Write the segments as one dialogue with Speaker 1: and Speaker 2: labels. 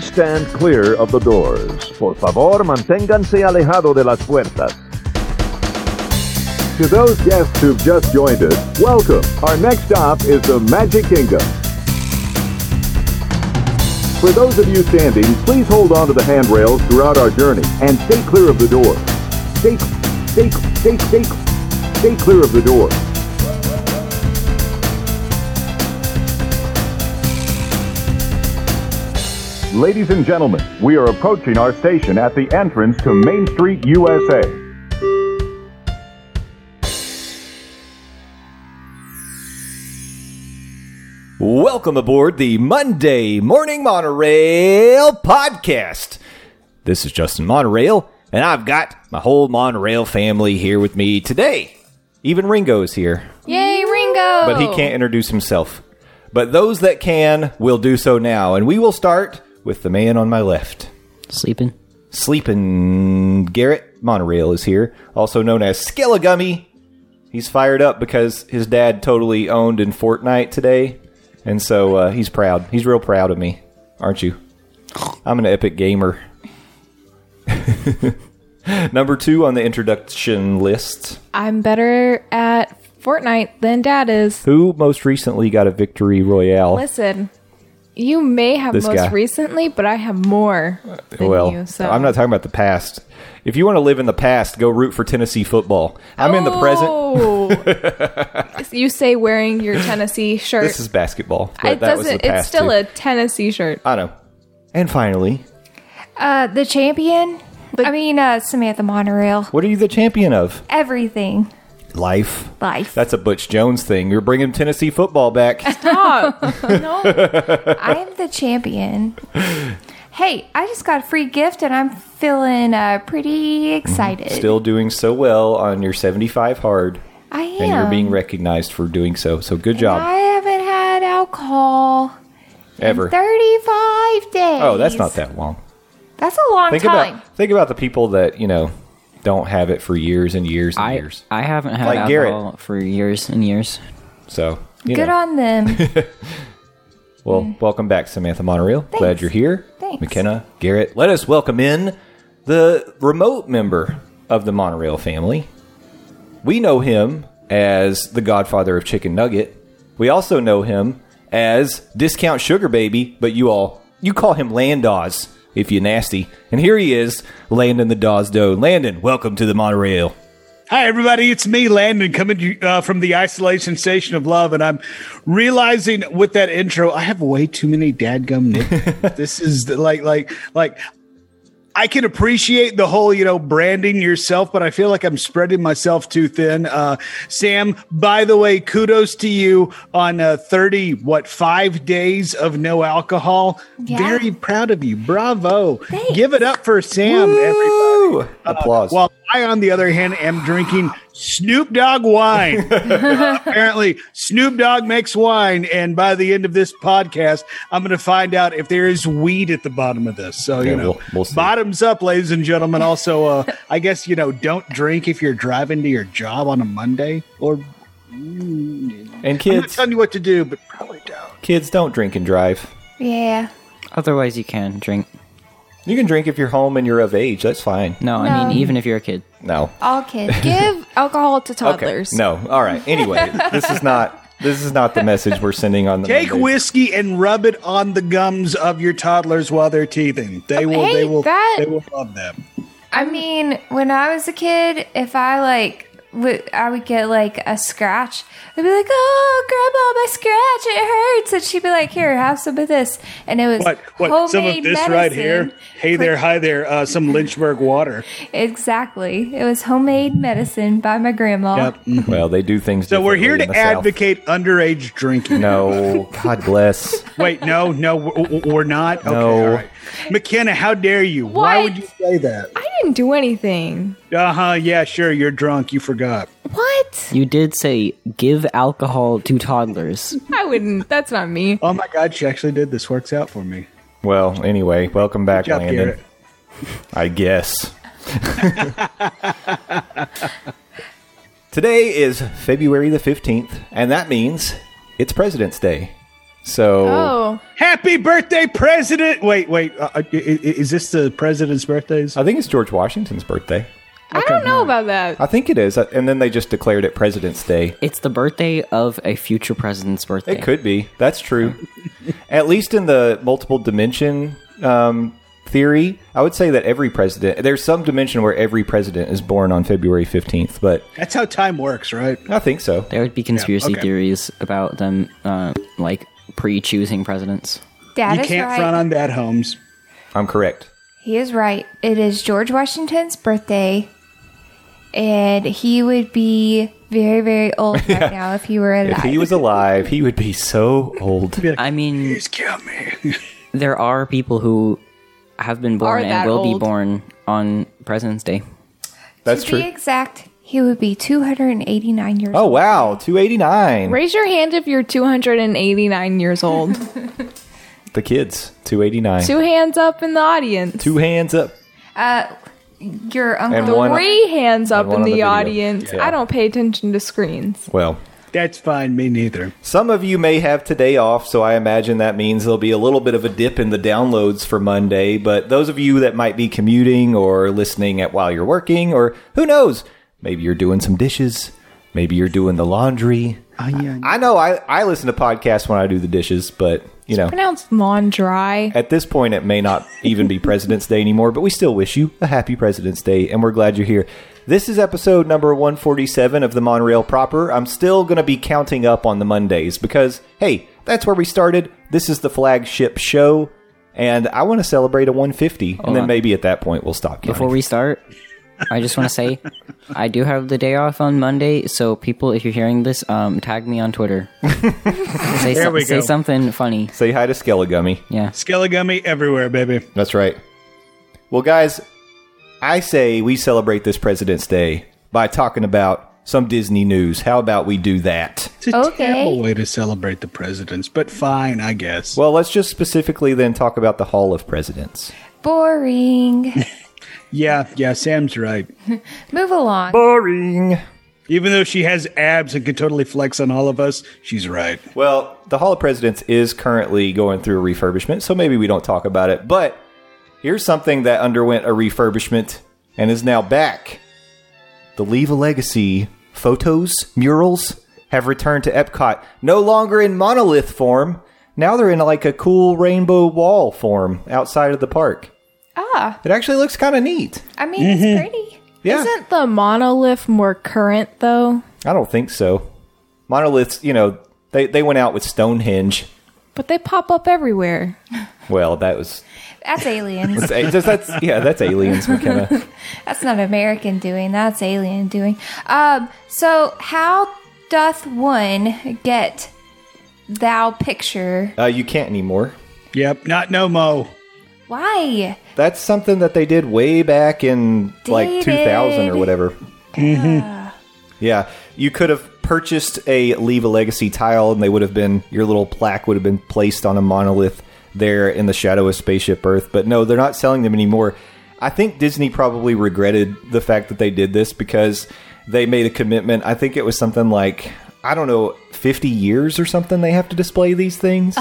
Speaker 1: stand clear of the doors. Por favor, manténganse alejado de las puertas.
Speaker 2: To those guests who've just joined us, welcome. Our next stop is the Magic Kingdom. For those of you standing, please hold on to the handrails throughout our journey and stay clear of the door. Stay, stay, stay, stay, stay clear of the door. Ladies and gentlemen, we are approaching our station at the entrance to Main Street, USA.
Speaker 3: Welcome aboard the Monday Morning Monorail podcast. This is Justin Monorail, and I've got my whole monorail family here with me today. Even Ringo is here,
Speaker 4: Yay, Ringo!
Speaker 3: but he can't introduce himself. But those that can will do so now, and we will start with the man on my left.
Speaker 5: Sleeping.
Speaker 3: Sleeping Garrett Monorail is here, also known as Skilligummy. He's fired up because his dad totally owned in Fortnite today, and so uh, he's proud. He's real proud of me, aren't you? I'm an epic gamer. Number two on the introduction list.
Speaker 4: I'm better at Fortnite than Dad is.
Speaker 3: Who most recently got a victory royale?
Speaker 4: Listen, you may have
Speaker 3: This
Speaker 4: most
Speaker 3: guy.
Speaker 4: recently, but I have more than
Speaker 3: well,
Speaker 4: you. So
Speaker 3: I'm not talking about the past. If you want to live in the past, go root for Tennessee football. I'm in the present.
Speaker 4: present. Oh! you say wearing your Tennessee shirt.
Speaker 3: This is basketball. but
Speaker 4: it
Speaker 3: that was
Speaker 4: doesn't.
Speaker 3: the
Speaker 4: It's
Speaker 3: past,
Speaker 4: still
Speaker 3: too.
Speaker 4: a Tennessee shirt.
Speaker 3: I know. And finally,
Speaker 6: Uh, the champion. I mean, uh, Samantha Monorail.
Speaker 3: what are you the champion of?
Speaker 6: Everything.
Speaker 3: Life.
Speaker 6: Life.
Speaker 3: That's a Butch Jones thing. You're bringing Tennessee football back.
Speaker 6: I am the champion. Hey, I just got a free gift and I'm feeling uh, pretty excited.
Speaker 3: Mm-hmm. Still doing so well on your 75 hard,
Speaker 6: I am.
Speaker 3: and you're being recognized for doing so. So good job,
Speaker 6: I haven't had alcohol
Speaker 3: ever.
Speaker 6: 35 days.
Speaker 3: Oh, that's not that long.
Speaker 6: That's a long
Speaker 3: Think
Speaker 6: time.
Speaker 3: about think about the people that you know don't have it for years and years and
Speaker 5: I
Speaker 3: years.
Speaker 5: I haven't had
Speaker 3: Like Garrett.
Speaker 5: alcohol for years and years.
Speaker 3: So you
Speaker 6: Good
Speaker 3: know.
Speaker 6: on them.
Speaker 3: Well, welcome back, Samantha Monoreal. Glad you're here.
Speaker 6: Thanks.
Speaker 3: McKenna, Garrett. Let us welcome in the remote member of the Monorail family. We know him as the godfather of Chicken Nugget. We also know him as Discount Sugar Baby, but you all, you call him Landos if you nasty. And here he is, Landon the Dawes Doe. Landon, welcome to the Monorail.
Speaker 7: Hi, everybody. It's me, Landon, coming to you, uh, from the isolation station of love. And I'm realizing with that intro, I have way too many dadgum nicknames. this is the- like, like, like, I can appreciate the whole, you know, branding yourself, but I feel like I'm spreading myself too thin. Uh, Sam, by the way, kudos to you on uh, 30, what, five days of no alcohol.
Speaker 6: Yeah.
Speaker 7: Very proud of you. Bravo.
Speaker 6: Thanks.
Speaker 7: Give it up for Sam, everybody.
Speaker 3: Woo! Applause.
Speaker 7: While I, on the other hand, am drinking Snoop Dogg wine. Uh, apparently, Snoop Dogg makes wine, and by the end of this podcast, I'm going to find out if there is weed at the bottom of this. So
Speaker 3: Yeah,
Speaker 7: you know,
Speaker 3: we'll- we'll see.
Speaker 7: bottoms up, ladies and gentlemen. Also, uh, I guess you know, don't drink if you're driving to your job on a Monday. Or
Speaker 3: and
Speaker 7: I'm not
Speaker 3: kids,
Speaker 7: telling you what to do, but probably don't.
Speaker 3: kids don't drink and drive.
Speaker 6: yeah.
Speaker 5: Otherwise, you can drink.
Speaker 3: You can drink if you're home and you're of age. That's fine.
Speaker 5: No, I mean even if you're a kid.
Speaker 3: No.
Speaker 6: All kids.
Speaker 4: Give alcohol to
Speaker 3: Okay.
Speaker 4: toddlers.
Speaker 3: No. All right. Anyway, this is not this is not the message we're sending on the
Speaker 7: Take
Speaker 3: Monday.
Speaker 7: whiskey and rub it on the gums of your toddlers while they're teething. They will.
Speaker 4: Oh, hey,
Speaker 7: they will.
Speaker 4: that-
Speaker 7: They will love them. Mm.
Speaker 6: I mean, when I was a kid, if I like, w- I would get like a scratch. I'd be like, "Oh, grandma, my scratch! It hurts!" And she'd be like, "Here, have some of this." And it was
Speaker 7: What? What? some of
Speaker 6: homemade
Speaker 7: this right
Speaker 6: medicine.
Speaker 7: here. Hey there, hi there. Uh, some Lynchburg water.
Speaker 6: Exactly. It was homemade medicine by my grandma.
Speaker 3: Well, they do things.
Speaker 7: So we're here to
Speaker 3: differently in the South.
Speaker 7: advocate underage drinking.
Speaker 3: No. God bless.
Speaker 7: Wait, no, no, we're, we're not. Okay,
Speaker 3: No.
Speaker 7: all right. McKenna, how dare you? Why would you
Speaker 4: What?
Speaker 7: say that?
Speaker 4: I didn't do anything.
Speaker 7: Uh huh. Yeah, sure. You're drunk. You forgot.
Speaker 4: What?
Speaker 5: You did say give alcohol to toddlers.
Speaker 4: I wouldn't. That's not me.
Speaker 7: Oh my God, she actually did this. Works out for me.
Speaker 3: Well, anyway, welcome back,
Speaker 7: Good job,
Speaker 3: Landon.
Speaker 7: Garrett.
Speaker 3: I guess. Today is February the 15th, and that means it's President's Day. So
Speaker 4: Oh,
Speaker 7: Happy birthday, President! Wait, wait. Uh, uh, i- i- is this the president's birthdays?
Speaker 3: I think it's George Washington's birthday.
Speaker 4: I don't know about that.
Speaker 3: I think it is. And then they just declared it President's Day.
Speaker 5: It's the birthday of a future president's birthday.
Speaker 3: It could be. That's true. At least in the multiple dimension um, theory, I would say that every president, there's some dimension where every president is born on February 15th, but
Speaker 7: That's how time works, right?
Speaker 3: I think so.
Speaker 5: There would be conspiracy
Speaker 7: okay.
Speaker 5: theories about them, uh, like pre-choosing presidents.
Speaker 6: Dad
Speaker 7: you
Speaker 6: is
Speaker 7: can't
Speaker 6: right.
Speaker 7: front on that, Holmes.
Speaker 3: I'm correct.
Speaker 6: He is right. It is George Washington's birthday, and he would be very, very old right now if he were alive.
Speaker 3: If he was alive, he would be so old.
Speaker 5: I mean,
Speaker 7: Just kill me.
Speaker 5: there are people who have been
Speaker 4: Are
Speaker 5: born
Speaker 4: that
Speaker 5: and will be
Speaker 4: old.
Speaker 5: born on President's Day.
Speaker 3: That's
Speaker 6: to be
Speaker 3: true.
Speaker 6: exact, he would be 289 years
Speaker 3: Oh,
Speaker 6: old.
Speaker 3: wow. 289.
Speaker 4: Raise your hand if you're 289 years old.
Speaker 3: The kids, 289. Two,
Speaker 4: Two hands up in the audience.
Speaker 3: hands up.
Speaker 6: Uh, Your
Speaker 3: And
Speaker 6: uncle.
Speaker 3: one-
Speaker 4: Three hands up
Speaker 3: one
Speaker 4: in
Speaker 3: on the
Speaker 4: the,
Speaker 3: video.
Speaker 4: audience.
Speaker 3: Yeah.
Speaker 4: I don't pay attention to screens.
Speaker 3: Well,
Speaker 7: That's fine. Me neither.
Speaker 3: some of you may have today off, so I imagine that means there'll be a little bit of a dip in the downloads for Monday. But those of you that might be commuting or listening at while you're working, or who knows, maybe you're doing some dishes, maybe you're doing the laundry. I know I, I listen to podcasts when I do the dishes, but you know,
Speaker 4: Pronounced lawn dry.
Speaker 3: at this point, it may not even be President's Day anymore, but we still wish you a happy President's Day, and we're glad you're here. This is episode number 147 of the Monorail proper. I'm still going to be counting up on the Mondays because, hey, that's where we started. This is the flagship show, and I want to celebrate a 150, and then
Speaker 5: on.
Speaker 3: maybe at that point we'll stop counting.
Speaker 5: Before we start, I just want to say I do have the day off on Monday, so people, if you're hearing this, um, tag me on Twitter. say, some-
Speaker 7: we
Speaker 5: say
Speaker 7: go.
Speaker 5: something funny.
Speaker 3: Say hi to Skelligummy.
Speaker 5: Yeah.
Speaker 7: Skilligummy everywhere, baby.
Speaker 3: That's right. Well, guys, I say we celebrate this President's Day by talking about some Disney news. How about we do that?
Speaker 7: It's a
Speaker 6: Okay.
Speaker 7: terrible way to celebrate the presidents, but fine, I guess.
Speaker 3: Well, let's just specifically then talk about the Hall of Presidents.
Speaker 6: Boring.
Speaker 7: yeah, yeah, Sam's right.
Speaker 6: Move along.
Speaker 3: Boring.
Speaker 7: Even though she has abs and can totally flex on all of us, she's right.
Speaker 3: Well, the Hall of Presidents is currently going through a refurbishment, so maybe we don't talk about it. But here's something that underwent a refurbishment and is now back. The Leave a Legacy photos, murals have returned to Epcot, no longer in monolith form. Now they're in like a cool rainbow wall form outside of the park.
Speaker 4: Ah,
Speaker 3: It actually looks kind of neat.
Speaker 6: I mean,
Speaker 3: Mm-hmm.
Speaker 6: it's pretty.
Speaker 3: Yeah.
Speaker 4: isn't the monolith more current though?
Speaker 3: I don't think so. Monoliths, you know, they, they went out with Stonehenge.
Speaker 4: But they pop up everywhere.
Speaker 3: Well, that was
Speaker 6: That's aliens.
Speaker 3: that's, that's yeah, that's aliens, McKenna.
Speaker 6: That's not American doing. That's alien doing. Um. So how doth one get thou picture?
Speaker 3: Uh, you can't anymore.
Speaker 7: Yep, not no mo.
Speaker 6: Why?
Speaker 3: That's something that they did way back in like 2000 or
Speaker 6: Dated.
Speaker 3: whatever. yeah, you could have purchased a Leave a Legacy tile, and they would have been your little plaque would have been placed on a monolith there in the shadow of Spaceship Earth. But no, they're not selling them anymore. I think Disney probably regretted the fact that they did this because they made a commitment. I think it was something like I don't know, 50 years or something. They have to display these things.
Speaker 6: So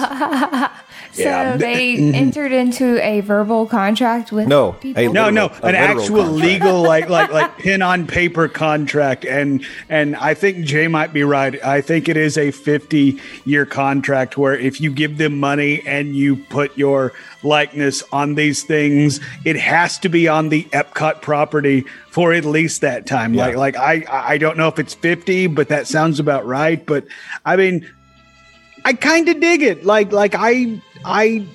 Speaker 7: Yeah.
Speaker 6: they entered into a verbal contract with
Speaker 3: Mm-hmm. No,
Speaker 6: people.
Speaker 3: a
Speaker 7: No, no,
Speaker 3: Literal- a
Speaker 7: an
Speaker 3: literal
Speaker 7: actual
Speaker 3: contract.
Speaker 7: legal like like like pen on paper contract and and I think Jay might be right. I think it is a 50 year contract where if you give them money and you put your likeness on these things, it has to be on the Epcot property for at least that time. Like like I I don't know if it's 50, but that sounds about right, but I mean I kind of dig it. Like like I I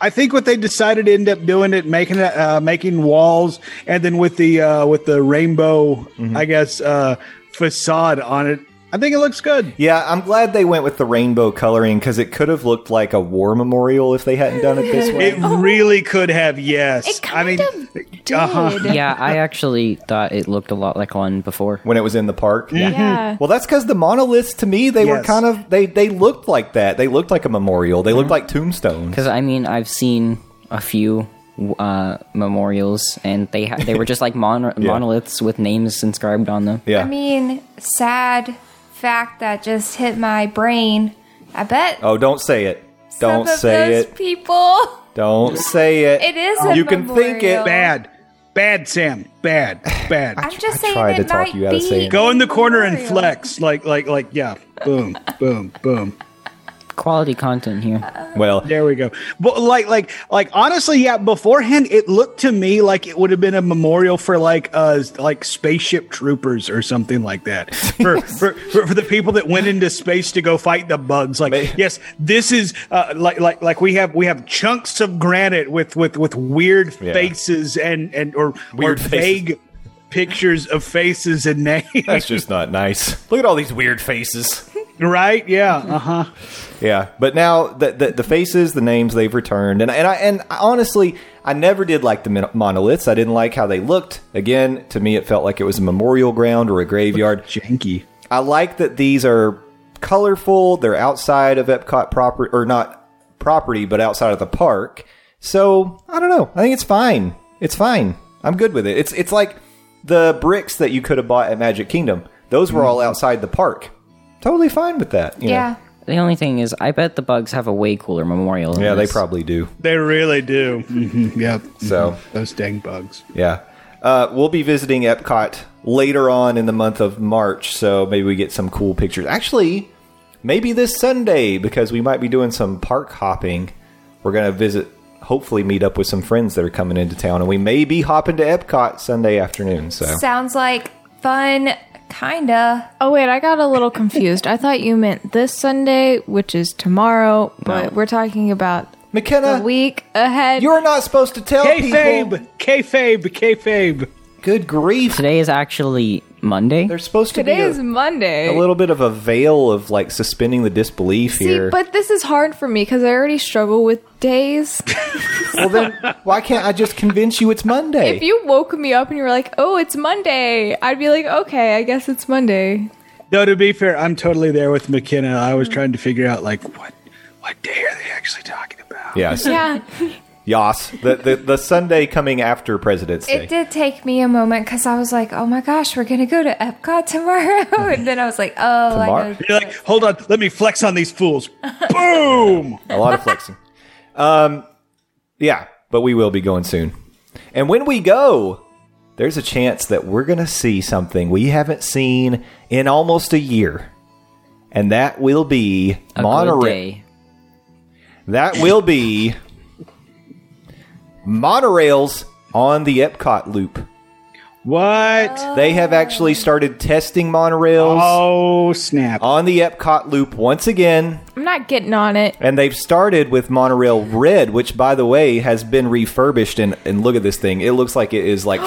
Speaker 7: I think what they decided to end up doing it making it, uh, making walls and then with the uh, with the rainbow I guess uh, facade on it. I think it looks good.
Speaker 3: Yeah, I'm glad they went with the rainbow coloring because it could have looked like a war memorial if they hadn't done it this way.
Speaker 7: It really could have, yes.
Speaker 4: It kind
Speaker 7: I mean, uh-huh.
Speaker 4: of did.
Speaker 5: Yeah, I actually thought it looked a lot like one before.
Speaker 3: when it was in the park.
Speaker 4: Yeah.
Speaker 3: Well, that's because the monoliths to me they were
Speaker 7: Yes.
Speaker 3: kind of they they looked like that. They looked like a memorial. They looked like tombstones.
Speaker 5: Because I mean, I've seen a few uh, memorials, and they ha- they were just like mon- monoliths with names inscribed on them.
Speaker 3: Yeah.
Speaker 6: I mean, sad fact that just hit my brain I bet
Speaker 3: Oh, don't say it. Don't
Speaker 6: some of
Speaker 3: say
Speaker 6: those
Speaker 3: it.
Speaker 6: people.
Speaker 3: Don't say it.
Speaker 6: It is a
Speaker 3: You can think
Speaker 6: memorial.
Speaker 3: it.
Speaker 7: Bad, bad, Sam. Bad, bad.
Speaker 6: I'm just
Speaker 3: I
Speaker 6: saying
Speaker 3: tried
Speaker 6: it
Speaker 3: to talk
Speaker 6: might
Speaker 3: you out of
Speaker 6: be
Speaker 3: saying it.
Speaker 7: Go in the corner and
Speaker 6: memorial.
Speaker 7: flex, like, like, like. Yeah. Boom, boom, boom.
Speaker 5: Quality content here.
Speaker 3: Well,
Speaker 7: There we go. But like, like, like, honestly, yeah. Beforehand, it looked to me like it would have been a memorial for like, uh, like spaceship troopers or something like that. For for, for, for the people that went into space to go fight the bugs. Like, yes, this is uh, like, like, like we have we have chunks of granite with with with weird
Speaker 3: Yeah.
Speaker 7: faces and and or
Speaker 3: Weird
Speaker 7: or
Speaker 3: faces.
Speaker 7: vague pictures of faces and names.
Speaker 3: that's just not nice. Look at all these weird faces.
Speaker 7: right? Yeah. Uh huh.
Speaker 3: Yeah, but now the, the the faces, the names they've returned, and and I and I honestly, I never did like the mon- monoliths. I didn't like how they looked. Again, to me, it felt like it was a memorial ground or a graveyard.
Speaker 7: Janky.
Speaker 3: I like that these are colorful. They're outside of Epcot property, or not property, but outside of the park. So I don't know. I think it's fine. It's fine. I'm good with it. It's it's like the bricks that you could have bought at Magic Kingdom. Those were all outside the park. Totally fine with that. you know?
Speaker 6: Yeah.
Speaker 5: The only thing is, I bet the bugs have a way cooler memorial. than
Speaker 3: Yeah, they
Speaker 5: this.
Speaker 3: probably do.
Speaker 7: They really do. Mm-hmm. Yep.
Speaker 3: So.
Speaker 7: Those dang bugs.
Speaker 3: Yeah. Uh, we'll be visiting Epcot later on in the month of March, so maybe we get some cool pictures. Actually, maybe this Sunday, because we might be doing some park hopping. We're going to visit, hopefully, meet up with some friends that are coming into town, and we may be hopping to Epcot Sunday afternoon. So,
Speaker 6: Sounds like fun, kinda.
Speaker 4: Oh wait, I got a little confused. I thought you meant this Sunday, which is tomorrow, but we're talking about the
Speaker 3: McKenna,
Speaker 4: week ahead.
Speaker 3: Uh, you're not supposed to tell people.
Speaker 7: Kayfabe, kayfabe, kayfabe.
Speaker 3: Good grief.
Speaker 5: Today is actually Monday.
Speaker 3: There's supposed to
Speaker 4: Today
Speaker 3: be a,
Speaker 4: is Monday.
Speaker 3: a little bit of a veil of like suspending the disbelief
Speaker 4: See,
Speaker 3: here.
Speaker 4: but this is hard for me because I already struggle with days.
Speaker 3: well, then why can't I just convince you it's Monday?
Speaker 4: if you woke me up and you were like, "Oh, it's Monday," I'd be like, "Okay, I guess it's Monday."
Speaker 7: No, to be fair, I'm totally there with McKenna. I was trying to figure out like what what day are they actually talking about?
Speaker 3: yes.
Speaker 4: Yeah,
Speaker 3: Yas, the, the the Sunday coming after President's Day.
Speaker 6: It did take me a moment because I was like, oh my gosh, we're gonna go to Epcot tomorrow. and then I was like, oh, I
Speaker 3: Tomorrow?
Speaker 6: know.
Speaker 7: You're like, hold on, let me flex on these fools. Boom!
Speaker 3: A lot of flexing. um, yeah, but we will be going soon. And when we go, there's a chance that we're going to see something we haven't seen in almost a year, and that will be
Speaker 5: a good
Speaker 3: monorail.
Speaker 5: day.
Speaker 3: That will be monorails on the Epcot loop.
Speaker 7: What?
Speaker 3: They have actually started testing monorails
Speaker 7: Oh snap!
Speaker 3: on the Epcot loop once again.
Speaker 4: I'm not getting on it.
Speaker 3: And they've started with monorail red, which, by the way, has been refurbished. And, and look at this thing; it looks like it is like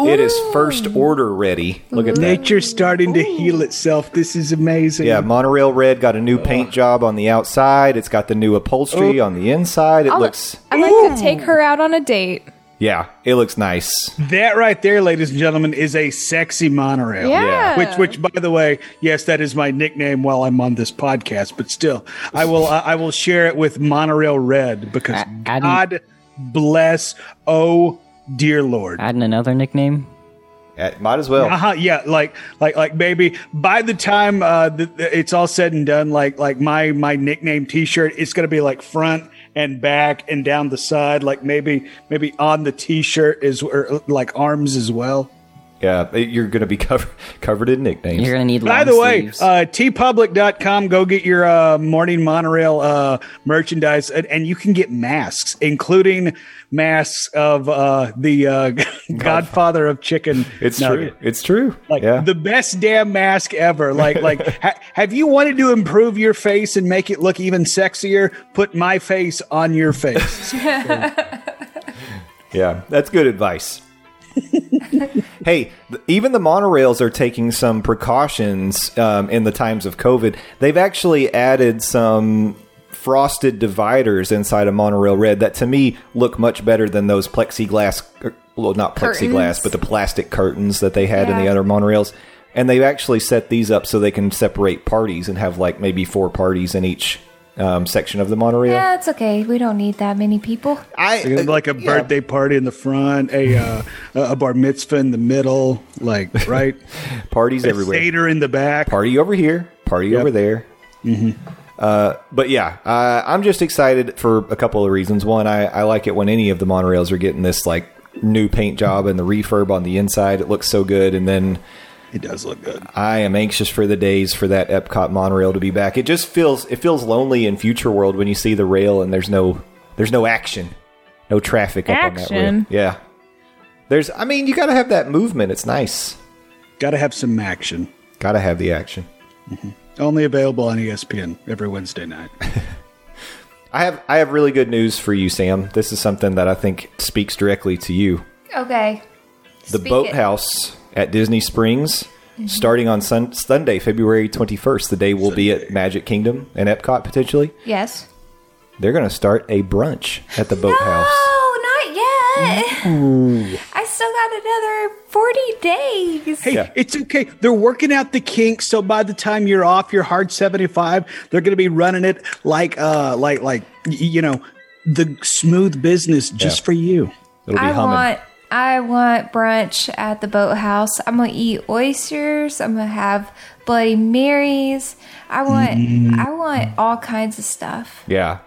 Speaker 3: it is first order ready. Look
Speaker 7: Mm-hmm.
Speaker 3: at that.
Speaker 7: Nature's starting to heal itself. This is amazing.
Speaker 3: Yeah, monorail red got a new paint job on the outside. It's got the new upholstery on the inside. It looks
Speaker 4: I'd like to take her out on a date.
Speaker 3: yeah, it looks nice.
Speaker 7: That right there, ladies and gentlemen, is a sexy monorail.
Speaker 4: Yeah.
Speaker 7: Which, which, by the way, yes, that is my nickname while I'm on this podcast. But still, I will, I, I will share it with monorail red because
Speaker 5: A- add-
Speaker 7: God bless, oh dear Lord.
Speaker 5: Adding another nickname.
Speaker 3: Uh, might as well.
Speaker 7: Uh huh. Yeah. Like, like, like, baby. By the time uh, th- th- it's all said and done, like, like my my nickname T-shirt, it's gonna be like front and back and down the side. Like maybe maybe on the T-shirt is or like arms as well.
Speaker 3: Yeah, it- you're gonna be covered covered in nicknames.
Speaker 5: You're gonna need.
Speaker 7: By
Speaker 5: long
Speaker 7: the way,
Speaker 5: sleeves.
Speaker 7: uh, tpublic.com, go get your uh, morning monorail uh, merchandise, and, and you can get masks, including masks of uh, the uh, Godfather of Chicken.
Speaker 3: it's
Speaker 7: nugget.
Speaker 3: true. It's true.
Speaker 7: Like
Speaker 3: yeah.
Speaker 7: the best damn mask ever. Like, like, ha- have you wanted to improve your face and make it look even sexier? Put my face on your face.
Speaker 3: Yeah, that's good advice. hey, th- even the monorails are taking some precautions um, in the times of COVID. They've actually added some frosted dividers inside a monorail red that to me look much better than those plexiglass, er, well, not plexiglass,
Speaker 4: Curtains.
Speaker 3: but the plastic curtains that they had in the
Speaker 6: Yeah.
Speaker 3: other monorails. And they've actually set these up so they can separate parties and have like maybe four parties in each um, section of the monorail.
Speaker 6: Yeah, it's okay. We don't need that many people.
Speaker 3: I
Speaker 7: like a birthday party in the front, a uh, a bar mitzvah in the middle, like right,
Speaker 3: parties everywhere.
Speaker 7: Seder in the back.
Speaker 3: party over here, party over there. Uh, but yeah, uh, I'm just excited for a couple of reasons. One, I, I like it when any of the monorails are getting this like new paint job and the refurb on the inside. It looks so good. And then
Speaker 7: It does look good.
Speaker 3: I am anxious for the days for that Epcot monorail to be back. It just feels it feels lonely in Future World when you see the rail and there's no there's no action, no traffic up on that rail.
Speaker 4: Action?
Speaker 3: Yeah, there's. I mean, you got to have that movement. It's nice.
Speaker 7: Got to have some action.
Speaker 3: Got to have the action.
Speaker 7: Only available on E ESPN every Wednesday night.
Speaker 3: I have I have really good news for you, Sam. This is something that I think speaks directly to you.
Speaker 6: Okay.
Speaker 3: The
Speaker 6: Speak it. Mm-hmm.
Speaker 3: boathouse at Disney Springs, starting on sun- Sunday, February twenty first, the day we'll be at Magic Kingdom and Epcot potentially.
Speaker 6: Yes.
Speaker 3: They're going to start a brunch at the boathouse.
Speaker 6: No, not yet. I still got another 40 days.
Speaker 7: Hey,
Speaker 3: Yeah.
Speaker 7: it's okay. They're working out the kinks, so by the time you're off your hard 75, they're going to be running it like uh like like y- you know, the smooth business just
Speaker 3: Yeah.
Speaker 7: for you.
Speaker 3: It'll be
Speaker 6: I
Speaker 3: humming.
Speaker 6: want I want brunch at the boathouse. I'm gonna eat oysters. I'm gonna have Bloody Marys. I want
Speaker 7: Mm.
Speaker 6: I want all kinds of stuff.
Speaker 3: Yeah.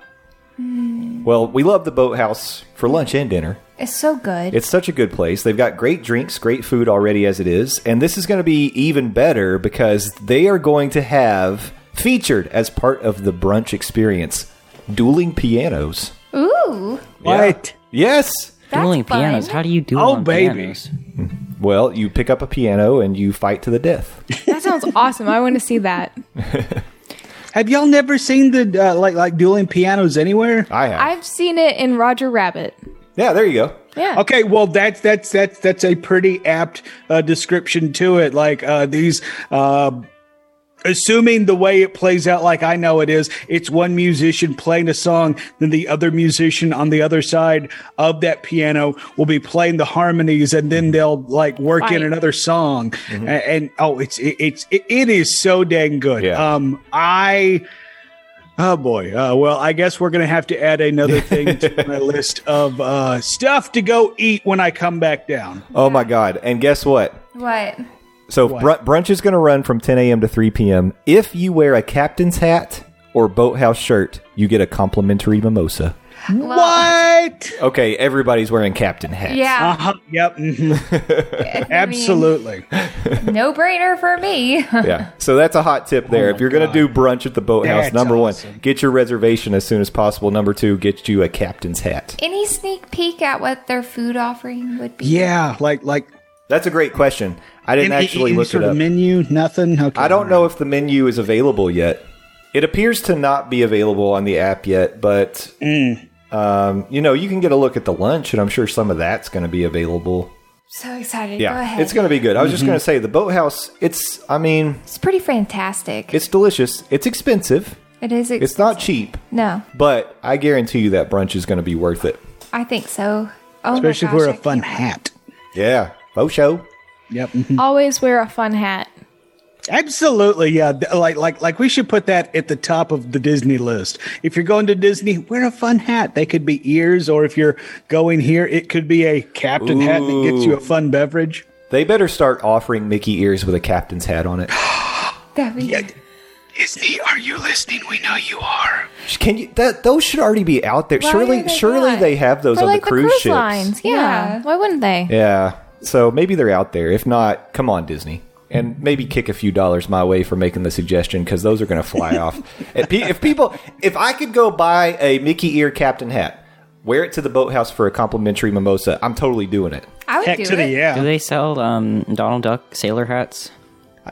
Speaker 6: Mm.
Speaker 3: Well, we love the boathouse for lunch and dinner.
Speaker 6: It's so good.
Speaker 3: It's such a good place. They've got great drinks, great food already as it is, and this is going to be even better because they are going to have featured as part of the brunch experience dueling pianos.
Speaker 6: Ooh,
Speaker 7: What?
Speaker 3: Yes.
Speaker 6: that's
Speaker 5: Dueling
Speaker 6: fun.
Speaker 5: pianos. How do you do?
Speaker 7: Oh,
Speaker 5: on
Speaker 7: baby.
Speaker 5: Pianos?
Speaker 3: Well, you pick up a piano and you fight to the death.
Speaker 4: That sounds awesome. I want to see that.
Speaker 7: Have y'all never seen the uh, like like dueling pianos anywhere?
Speaker 3: I have.
Speaker 4: I've seen it in Roger Rabbit.
Speaker 3: yeah, there you go.
Speaker 4: Yeah.
Speaker 7: Okay, well that's that's that's that's a pretty apt uh, description to it. Like uh, these, uh, assuming the way it plays out, like I know it is, it's one musician playing a song, then the other musician on the other side of that piano will be playing the harmonies, and then they'll like work
Speaker 4: Right.
Speaker 7: in another song. A- And, oh, it's it, it's it, it is so dang good.
Speaker 3: Yeah.
Speaker 7: Um, I. Oh boy. Uh, well, I guess we're going to have to add another thing to my list of uh, stuff to go eat when I come back down.
Speaker 3: Oh my god. And guess what?
Speaker 6: What?
Speaker 3: So br- brunch is going to run from 10 a.m. to 3 p.m. If you wear a captain's hat or boathouse shirt, you get a complimentary mimosa.
Speaker 7: What?
Speaker 3: Okay, everybody's wearing captain hats.
Speaker 6: Yeah,
Speaker 7: Uh-huh. Yep. mhm. Absolutely. Ah.
Speaker 6: no brainer for me.
Speaker 3: Yeah. So that's a hot tip there. if you're going to do brunch at the boathouse,
Speaker 7: Oh That's
Speaker 3: number
Speaker 7: awesome.
Speaker 3: one, get your reservation as soon as possible. Number two, get you a captain's hat.
Speaker 6: Any sneak peek at what their food offering would be?
Speaker 7: Yeah. Like like.
Speaker 3: That's a great question. I didn't
Speaker 7: any-
Speaker 3: actually
Speaker 7: any
Speaker 3: look
Speaker 7: sort
Speaker 3: it
Speaker 7: of
Speaker 3: up.
Speaker 7: menu. Nothing. Okay.
Speaker 3: I don't
Speaker 6: Oh
Speaker 3: know if the menu is available yet. It appears to not be available on the app yet, but
Speaker 7: Mm.
Speaker 3: um, you know, you can get a look at the lunch, and I'm sure some of that's going to be available.
Speaker 6: So excited. Go
Speaker 3: Yeah,
Speaker 6: ahead.
Speaker 3: it's going to be good. I was
Speaker 7: Mm-hmm.
Speaker 3: just going to say the boathouse. It's, I mean,
Speaker 6: it's pretty fantastic.
Speaker 3: it's delicious. It's expensive.
Speaker 6: it is. Ex-
Speaker 3: It's not cheap,
Speaker 6: No,
Speaker 3: but I guarantee you that brunch is going to be worth it.
Speaker 6: I think so. Oh
Speaker 7: Especially
Speaker 6: my
Speaker 7: if
Speaker 6: gosh,
Speaker 7: we're
Speaker 6: I
Speaker 7: a fun
Speaker 6: can't-
Speaker 7: hat.
Speaker 3: Yeah, faux show.
Speaker 7: Yep. mhm.
Speaker 3: Mm.
Speaker 4: Always wear a fun hat.
Speaker 7: Absolutely, yeah. Th- Like, like, like, we should put that at the top of the Disney list. If you're going to Disney, wear a fun hat. They could be ears, or if you're going here, it could be a captain hat that gets you a fun beverage.
Speaker 3: They better start offering Mickey ears with a captain's hat on it.
Speaker 6: That'd be-
Speaker 7: Disney, are you listening? We know you are.
Speaker 3: Can you? That those should already be out there.
Speaker 6: Why
Speaker 3: surely,
Speaker 6: are they
Speaker 3: surely
Speaker 6: not?
Speaker 3: they have those
Speaker 4: Or
Speaker 3: on
Speaker 4: like
Speaker 3: the cruise, ships.
Speaker 4: lines. Yeah.
Speaker 6: Yeah.
Speaker 4: Why wouldn't they?
Speaker 3: Yeah. So maybe they're out there. If not, come on, Disney. And maybe kick a few dollars my way for making the suggestion because those are going to fly off. If, pe- if people, if I could go buy a Mickey ear captain hat, wear it to the boathouse for a complimentary mimosa, I'm totally doing it.
Speaker 6: I would
Speaker 7: Heck
Speaker 6: do
Speaker 7: to the
Speaker 6: it.
Speaker 5: Do
Speaker 7: yeah.
Speaker 5: they sell um, Donald Duck sailor hats?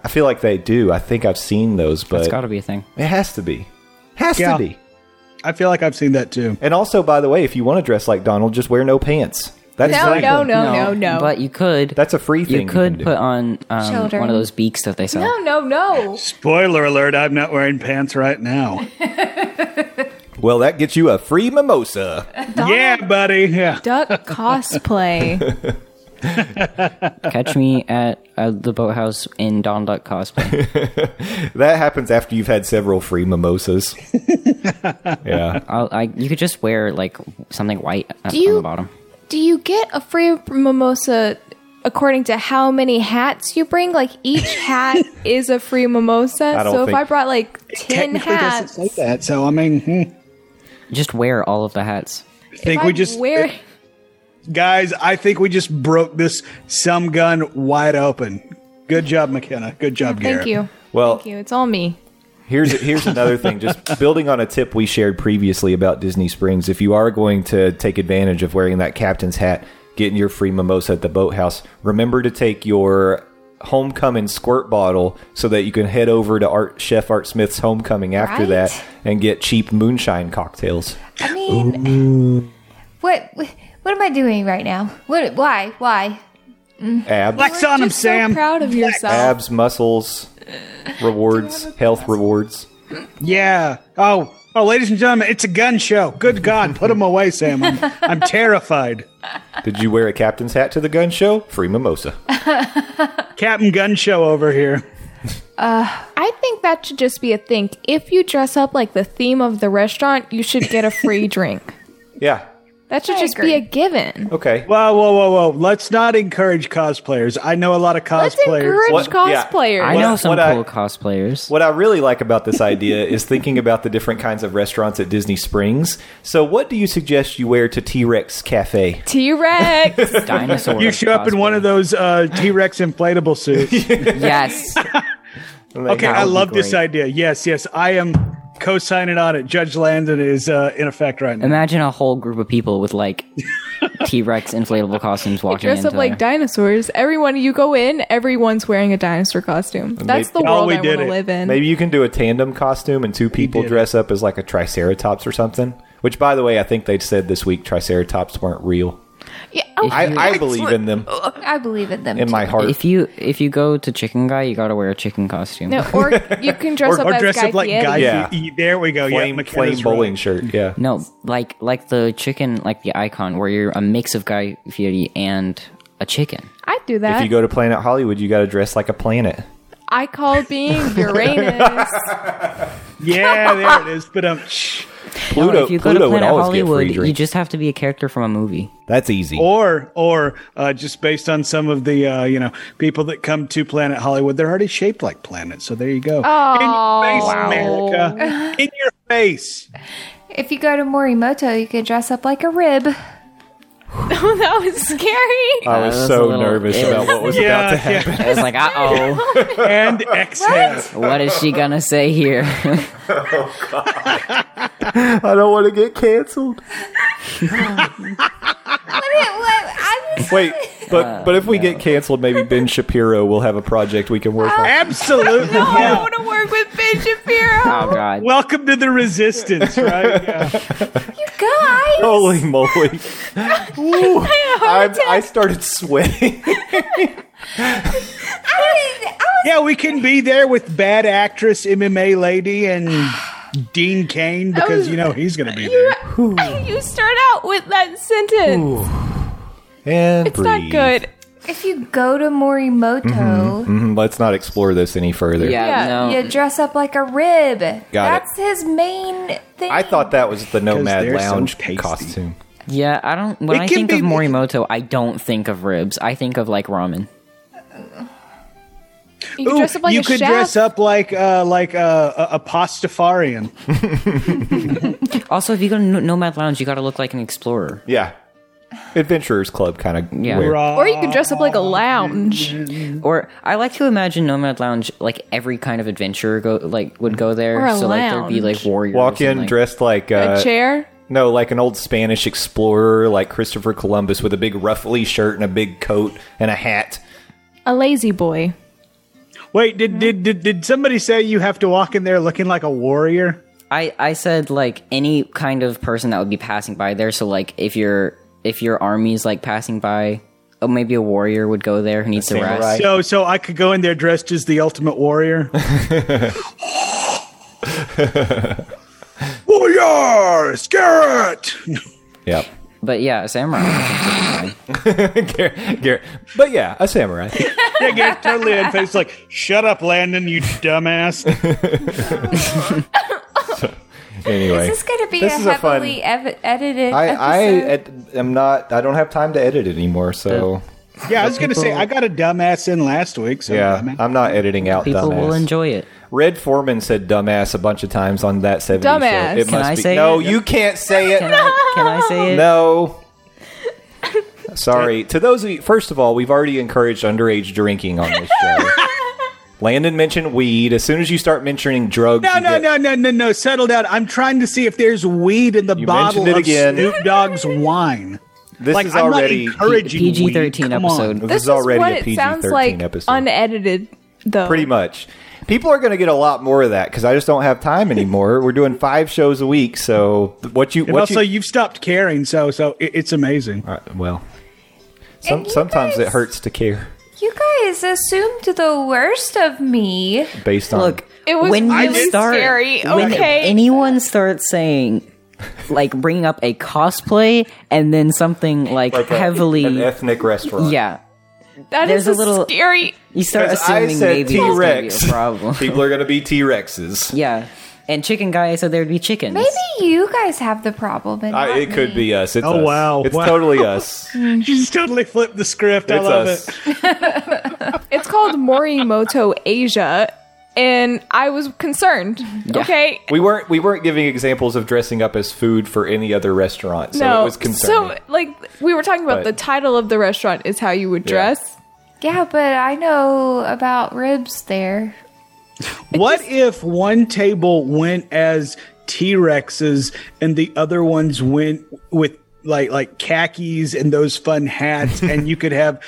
Speaker 3: I feel like they do. I think I've seen those, but
Speaker 5: That's got to be a thing.
Speaker 3: it has to be, has
Speaker 7: Yeah.
Speaker 3: to be.
Speaker 7: I feel like I've seen that too.
Speaker 3: And also, by the way, if you want to dress like Donald, just wear no pants. That's
Speaker 4: No,
Speaker 3: free.
Speaker 4: no, no, no, no.
Speaker 5: But you could.
Speaker 3: That's a free thing.
Speaker 5: You could
Speaker 3: can do.
Speaker 5: put on um,
Speaker 6: Children.
Speaker 5: one of those beaks that they sell.
Speaker 4: no, no, no.
Speaker 7: Spoiler alert: I'm not wearing pants right now.
Speaker 3: Well, that gets you a free mimosa.
Speaker 7: yeah, buddy. Yeah.
Speaker 4: Duck cosplay.
Speaker 5: Catch me at uh, the boathouse in Donald Duck cosplay.
Speaker 3: That happens after you've had several free mimosas. yeah.
Speaker 5: I'll, I, you could just wear like something white at,
Speaker 4: you-
Speaker 5: on the bottom.
Speaker 4: Do you get a free mimosa according to how many hats you bring? Like each hat is a free mimosa.
Speaker 3: I don't
Speaker 4: so
Speaker 3: think-
Speaker 4: if I brought like ten
Speaker 7: technically
Speaker 4: hats.
Speaker 7: doesn't say that. So I mean, hmm.
Speaker 5: Just wear all of the hats.
Speaker 7: I think
Speaker 4: If
Speaker 7: we
Speaker 4: I
Speaker 7: just
Speaker 4: wear-
Speaker 7: guys. I think we just broke this some gun wide open. Good job, McKenna. Good job, Garrett.
Speaker 4: Thank you.
Speaker 3: Well,
Speaker 4: Thank you. It's all me.
Speaker 3: Here's here's another thing. Just building on a tip we shared previously about Disney Springs, if you are going to take advantage of wearing that captain's hat, getting your free mimosa at the boathouse, remember to take your homecoming squirt bottle so that you can head over to Art Chef Art Smith's homecoming after
Speaker 6: Right.
Speaker 3: that and get cheap moonshine cocktails.
Speaker 6: I mean, what what am I doing right now? What? Why? Why?
Speaker 3: Abs,
Speaker 7: Flex on him,
Speaker 4: Just so
Speaker 7: Sam.
Speaker 4: proud of yourself.
Speaker 3: abs, muscles, rewards, health rewards.
Speaker 7: Yeah. Oh, oh, ladies and gentlemen, it's a gun show. Good God, put him away, Sam. I'm, I'm terrified.
Speaker 3: Did you wear a captain's hat to the gun show? Free mimosa.
Speaker 7: Captain Gun Show over here.
Speaker 4: I think that should just be a thing. If you dress up like the theme of the restaurant, you should get a free drink.
Speaker 3: Yeah.
Speaker 4: That should
Speaker 6: I
Speaker 4: just
Speaker 6: agree.
Speaker 4: be a given.
Speaker 3: Okay.
Speaker 7: Whoa, whoa, whoa, whoa! Let's not encourage cosplayers. I know a lot of
Speaker 4: Let's
Speaker 7: cosplayers.
Speaker 4: encourage
Speaker 3: What- yeah.
Speaker 4: cosplayers.
Speaker 5: I
Speaker 3: What-
Speaker 5: know some
Speaker 3: what I-
Speaker 5: cool cosplayers.
Speaker 3: What I really like about this idea is thinking about the different kinds of restaurants at Disney Springs. So, what do you suggest you wear to T Rex Cafe?
Speaker 4: T Rex.
Speaker 5: Dinosaur.
Speaker 7: You show up in one of those uh, T Rex inflatable suits.
Speaker 5: those. Yes.
Speaker 7: Okay,
Speaker 5: That
Speaker 7: I
Speaker 5: would be
Speaker 7: love this
Speaker 5: great.
Speaker 7: idea. Yes, yes, I am co-signing on it. Judge Landon is uh, in effect right now.
Speaker 5: Imagine a whole group of people with like T Rex inflatable costumes walking
Speaker 4: dress
Speaker 5: into
Speaker 4: up like
Speaker 5: there.
Speaker 4: dinosaurs. Everyone you go in, everyone's wearing a dinosaur costume. That's the
Speaker 7: Oh,
Speaker 4: world
Speaker 7: we
Speaker 4: I want
Speaker 7: did
Speaker 4: to
Speaker 7: it.
Speaker 4: live in.
Speaker 3: Maybe you can do a tandem costume and two people
Speaker 7: did.
Speaker 3: dress up as like a Triceratops or something. Which, by the way, I think they said this week Triceratops weren't real.
Speaker 4: Yeah, oh,
Speaker 3: I, I believe in them
Speaker 6: I believe in them.
Speaker 3: in my
Speaker 6: too.
Speaker 3: heart.
Speaker 5: If you if you go to Chicken Guy, you gotta wear a chicken costume.
Speaker 4: no, or you can dress up
Speaker 7: Or
Speaker 4: as
Speaker 7: dress
Speaker 4: Guy
Speaker 7: up like
Speaker 4: Fieri.
Speaker 7: Guy.
Speaker 3: Yeah.
Speaker 7: Fieri. There we go.
Speaker 3: Plain, plain
Speaker 7: yeah, McKenna's
Speaker 3: bowling
Speaker 7: right.
Speaker 3: shirt. Yeah.
Speaker 5: No, like like the chicken, like the icon, where you're a mix of Guy Fieri and a chicken.
Speaker 4: I'd do that.
Speaker 3: If you go to Planet Hollywood, you got to dress like a planet.
Speaker 4: I call being Uranus.
Speaker 7: Yeah, there it is. But um, shh.
Speaker 3: Pluto,
Speaker 5: if you go
Speaker 3: Pluto
Speaker 5: to
Speaker 3: would
Speaker 5: Planet
Speaker 3: always
Speaker 5: Hollywood,
Speaker 3: get free
Speaker 5: you
Speaker 3: drinks.
Speaker 5: just have to be a character from a movie.
Speaker 3: That's easy.
Speaker 7: or or uh, just based on some of the uh, you know people that come to Planet Hollywood, they're already shaped like planets. So there you go. in your face, America. In your face.
Speaker 6: If you go to Morimoto, you could dress up like a rib.
Speaker 4: oh, that was scary.
Speaker 3: I was
Speaker 5: that was
Speaker 3: so
Speaker 5: a little-
Speaker 3: nervous
Speaker 5: it
Speaker 3: about
Speaker 5: was-
Speaker 3: what was about to
Speaker 7: Yeah,
Speaker 3: happen.
Speaker 5: I was like, uh oh,
Speaker 7: yeah. and exhale.
Speaker 5: what is she gonna say here?
Speaker 3: I don't want to get canceled.
Speaker 6: I mean, what- I'm just-
Speaker 3: Wait, but
Speaker 4: Uh,
Speaker 3: but if we get canceled, maybe Ben Shapiro will have a project we can work on.
Speaker 7: Absolutely.
Speaker 4: I
Speaker 7: yeah.
Speaker 4: want to work with Ben Shapiro.
Speaker 5: oh god,
Speaker 7: Welcome to the resistance, right? Yeah.
Speaker 6: guys,
Speaker 3: Holy moly! Ooh, I, I started sweating.
Speaker 6: I mean, I was
Speaker 7: Yeah, we can be there with bad actress, MMA lady, and Dean Kane because you know he's going to be there.
Speaker 4: You, you start out with that sentence.
Speaker 3: And
Speaker 4: it's not good.
Speaker 6: If you go to Morimoto,
Speaker 3: Mm, Let's not explore this any further.
Speaker 5: yeah,
Speaker 4: Yeah,
Speaker 5: no,
Speaker 6: you dress up like a rib. That's his main thing.
Speaker 3: I thought that was the Nomad
Speaker 7: they're so
Speaker 3: Lounge
Speaker 7: tasty.
Speaker 3: costume.
Speaker 5: yeah. I don't. When
Speaker 7: It
Speaker 5: I
Speaker 7: can
Speaker 5: think
Speaker 7: be-
Speaker 5: of Morimoto, I don't think of ribs. I think of like ramen.
Speaker 4: You can
Speaker 7: Ooh,
Speaker 4: dress up like
Speaker 7: you
Speaker 4: a
Speaker 7: could
Speaker 4: chef.
Speaker 7: dress up like uh, like uh, a, a pastafarian.
Speaker 5: Also, if you go to No- Nomad Lounge, you gotta look like an explorer.
Speaker 3: Yeah, Adventurers Club kind of
Speaker 5: Yeah.
Speaker 3: wear.
Speaker 7: Raw.
Speaker 4: or you could dress up like a
Speaker 3: Oh,
Speaker 4: lounge.
Speaker 5: Or I like to imagine Nomad Lounge like every kind of adventurer go like would go there.
Speaker 4: Or a
Speaker 5: so like there'd be like
Speaker 4: lounge.
Speaker 5: warriors.
Speaker 3: Walk in
Speaker 5: and, like,
Speaker 3: dressed like uh,
Speaker 4: a chair.
Speaker 3: no, like an old Spanish explorer, like Christopher Columbus, with a big ruffly shirt and a big coat and a hat.
Speaker 4: A lazy boy.
Speaker 7: Wait, did, did did did somebody say you have to walk in there looking like a warrior?
Speaker 5: I I said like any kind of person that would be passing by there. So like if your if your army's like passing by, oh maybe a warrior would go there who needs to rest.
Speaker 3: samurai.
Speaker 7: So so I could go in there dressed as the ultimate warrior. warrior, Garrett.
Speaker 3: Yeah.
Speaker 5: But yeah, samurai. I think would be fine.
Speaker 3: Garrett, Garrett. But yeah, a samurai.
Speaker 7: yeah, Garrett totally in face like, "Shut up, Landon, you dumbass."
Speaker 3: anyway,
Speaker 6: this is going to be
Speaker 3: This
Speaker 6: a
Speaker 3: is a fun-
Speaker 6: heavily ev- edited.
Speaker 3: I I
Speaker 6: episode.
Speaker 3: ed- am not. I don't have time to edit it anymore. So
Speaker 7: Yeah, I was going to say
Speaker 5: people-
Speaker 7: I got a dumbass in last week. So
Speaker 3: Yeah, I'm not editing out
Speaker 5: People
Speaker 3: dumbass.
Speaker 5: will enjoy it.
Speaker 3: Red Foreman said dumbass a bunch of times on that 70s
Speaker 4: Dumbass.
Speaker 3: show. It
Speaker 4: Can
Speaker 3: must
Speaker 5: I
Speaker 3: be.
Speaker 5: say
Speaker 3: no,
Speaker 5: it?
Speaker 3: you can't say
Speaker 5: Can,
Speaker 3: it.
Speaker 5: I, can I say it?
Speaker 3: No. Sorry. To those of you, first of all, we've already encouraged underage drinking on this show. Landon mentioned weed. As soon as you start mentioning drugs,
Speaker 7: No,
Speaker 3: you
Speaker 7: no,
Speaker 3: get-
Speaker 7: no, no, no, no. Settle down. I'm trying to see if there's weed in the
Speaker 3: You
Speaker 7: bottle
Speaker 3: mentioned it
Speaker 7: of
Speaker 3: again.
Speaker 7: Snoop Dogg's wine.
Speaker 3: This
Speaker 7: Like
Speaker 3: is
Speaker 7: I'm
Speaker 3: already.
Speaker 7: not encouraging weed.
Speaker 5: PG-13
Speaker 7: Come
Speaker 5: episode.
Speaker 7: on.
Speaker 3: this, is already a PG thirteen episode.
Speaker 4: unedited, though.
Speaker 3: Pretty much. People are going to get a lot more of that because I just don't have time anymore. We're doing five shows a week, so what you
Speaker 7: And
Speaker 3: what
Speaker 7: also,
Speaker 3: you,
Speaker 7: you, have stopped caring, so so it, it's amazing.
Speaker 3: All right, well, some,
Speaker 6: you
Speaker 3: sometimes it
Speaker 6: guys-
Speaker 3: hurts to care
Speaker 6: You guys assumed the worst of me.
Speaker 3: based on
Speaker 5: Look,
Speaker 4: It was
Speaker 5: when
Speaker 4: really
Speaker 5: you start,
Speaker 4: scary,
Speaker 5: when
Speaker 4: okay?
Speaker 5: anyone starts saying, like, bringing up a cosplay and then something like,
Speaker 3: like a-
Speaker 5: heavily,
Speaker 3: an ethnic restaurant.
Speaker 5: yeah,
Speaker 4: That is
Speaker 5: There's
Speaker 4: a,
Speaker 5: a little-
Speaker 4: scary.
Speaker 5: you start
Speaker 3: 'Cause I
Speaker 5: assuming
Speaker 3: said
Speaker 5: maybe it's gonna be
Speaker 3: T-Rex.
Speaker 5: a problem.
Speaker 3: People are going to be T Rexes.
Speaker 5: yeah, and chicken guy said there'd be chickens.
Speaker 6: Maybe you guys have the problem. And
Speaker 3: I,
Speaker 6: not
Speaker 3: it could
Speaker 6: me.
Speaker 3: be us. It's
Speaker 7: Oh,
Speaker 3: us.
Speaker 7: wow.
Speaker 3: It's
Speaker 7: Wow.
Speaker 3: totally us. It's
Speaker 7: She's totally flipped the script. I love
Speaker 3: us.
Speaker 7: it.
Speaker 4: It's called Morimoto Asia, and I was concerned. Okay,
Speaker 3: We weren't we weren't giving examples of dressing up as food for any other restaurant, so
Speaker 4: no,
Speaker 3: it was concerning.
Speaker 4: so like we were talking about,
Speaker 3: But-
Speaker 4: the title of the restaurant is how you would
Speaker 3: Yeah.
Speaker 4: dress.
Speaker 6: Yeah, but I know about ribs there.
Speaker 7: What if one table went as T Rexes and the other ones went with like like khakis and those fun hats, and you could have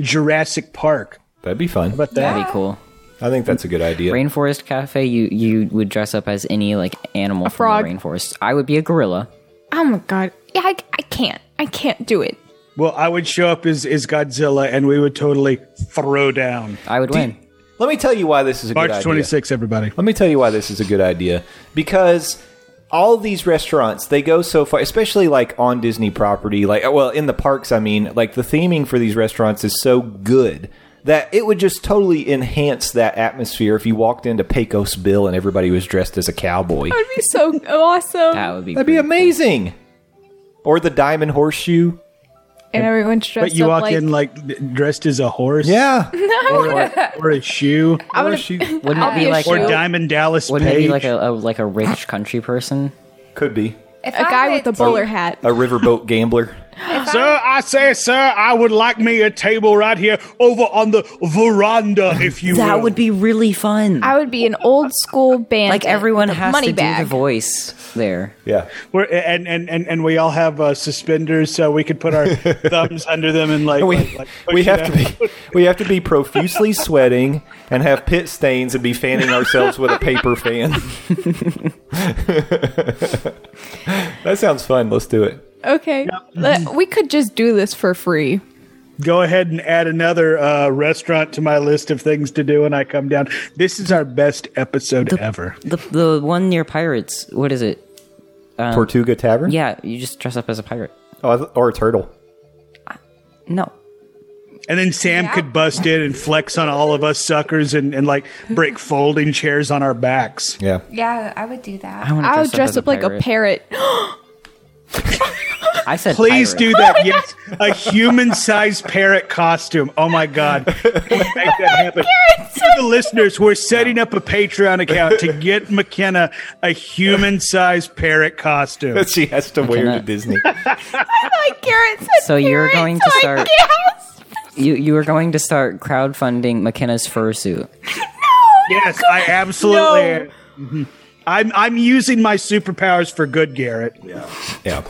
Speaker 7: Jurassic Park?
Speaker 3: That'd be fun.
Speaker 7: But that
Speaker 5: that'd be cool.
Speaker 3: I think that's a good idea.
Speaker 5: Rainforest Cafe, you you would dress up as any like animal
Speaker 4: frog.
Speaker 5: from the rainforest. I would be a gorilla.
Speaker 4: Oh my god, yeah, I, I can't, I can't do it.
Speaker 7: well, I would show up as as Godzilla, and we would totally throw down.
Speaker 5: I would win.
Speaker 3: Let me tell you why this is a good
Speaker 7: March
Speaker 3: idea.
Speaker 7: twenty sixth, everybody.
Speaker 3: Let me tell you why this is a good idea. Because all these restaurants, they go so far, especially like on Disney property, like, uh, well, in the parks, I mean, like the theming for these restaurants is so good that it would just totally enhance that atmosphere if you walked into Pecos Bill and everybody was dressed as a cowboy.
Speaker 4: That would be so awesome,
Speaker 5: That would be.
Speaker 3: That'd be
Speaker 5: pretty-
Speaker 3: amazing. Or the Diamond Horseshoe.
Speaker 4: and everyone's dressed
Speaker 7: But you
Speaker 4: up
Speaker 7: walk
Speaker 4: like
Speaker 7: in like d- dressed as a horse,
Speaker 3: Yeah.
Speaker 7: or a shoe,
Speaker 3: Horseshoe.
Speaker 5: Wouldn't
Speaker 4: I'll
Speaker 5: it
Speaker 4: be
Speaker 5: be
Speaker 4: a
Speaker 5: like
Speaker 7: or
Speaker 4: shoe.
Speaker 5: a,
Speaker 7: Diamond Dallas
Speaker 5: wouldn't it
Speaker 7: Page.
Speaker 5: be like a, a like a rich country person?
Speaker 3: Could be.
Speaker 6: If
Speaker 4: a guy with a bowler hat.
Speaker 3: A riverboat gambler.
Speaker 7: Sir, I say, sir, I would like me a table right here over on the veranda, if you
Speaker 5: That
Speaker 7: will.
Speaker 5: would be really fun.
Speaker 4: I would be an old school band.
Speaker 5: like everyone has
Speaker 4: money
Speaker 5: to
Speaker 4: bag.
Speaker 5: do the voice there.
Speaker 3: Yeah.
Speaker 7: We're, and, and, and, and we all have uh, suspenders, so we could put our thumbs under them and like.
Speaker 3: We,
Speaker 7: like, like push
Speaker 3: we
Speaker 7: it
Speaker 3: have
Speaker 7: out.
Speaker 3: to be we have to be profusely sweating and have pit stains and be fanning ourselves with a paper fan. that sounds fun. Let's do it.
Speaker 4: Okay, Let- we could just do this for free.
Speaker 7: Go ahead and add another uh, restaurant to my list of things to do when I come down. This is our best episode ever.
Speaker 5: The the one near pirates. What is it?
Speaker 3: Tortuga Tavern?
Speaker 5: Um, Yeah, you just dress up as a pirate.
Speaker 3: Oh, I th- or a turtle.
Speaker 5: No,
Speaker 7: And then Sam could bust in and flex on all of us suckers and, and like break folding chairs on our backs.
Speaker 3: Yeah.
Speaker 6: Yeah, I would do that.
Speaker 5: I want to
Speaker 4: I
Speaker 5: dress
Speaker 4: would dress
Speaker 5: as
Speaker 4: up like a parrot.
Speaker 5: I said,
Speaker 7: Please
Speaker 5: pirate.
Speaker 7: do that. yes, a human-sized parrot costume. Oh my god, We'll make that happen. To the listeners, we're setting up a Patreon account to get McKenna a human-sized parrot costume.
Speaker 3: That she has to wear to
Speaker 5: cannot.
Speaker 3: Disney.
Speaker 4: Like carrots.
Speaker 5: So you're going to start.
Speaker 4: Yes.
Speaker 5: You you are going to start crowdfunding McKenna's fursuit.
Speaker 7: Yes, I absolutely.
Speaker 4: No.
Speaker 7: am. Mhm. I'm I'm using my superpowers for good, Garrett.
Speaker 3: Yeah.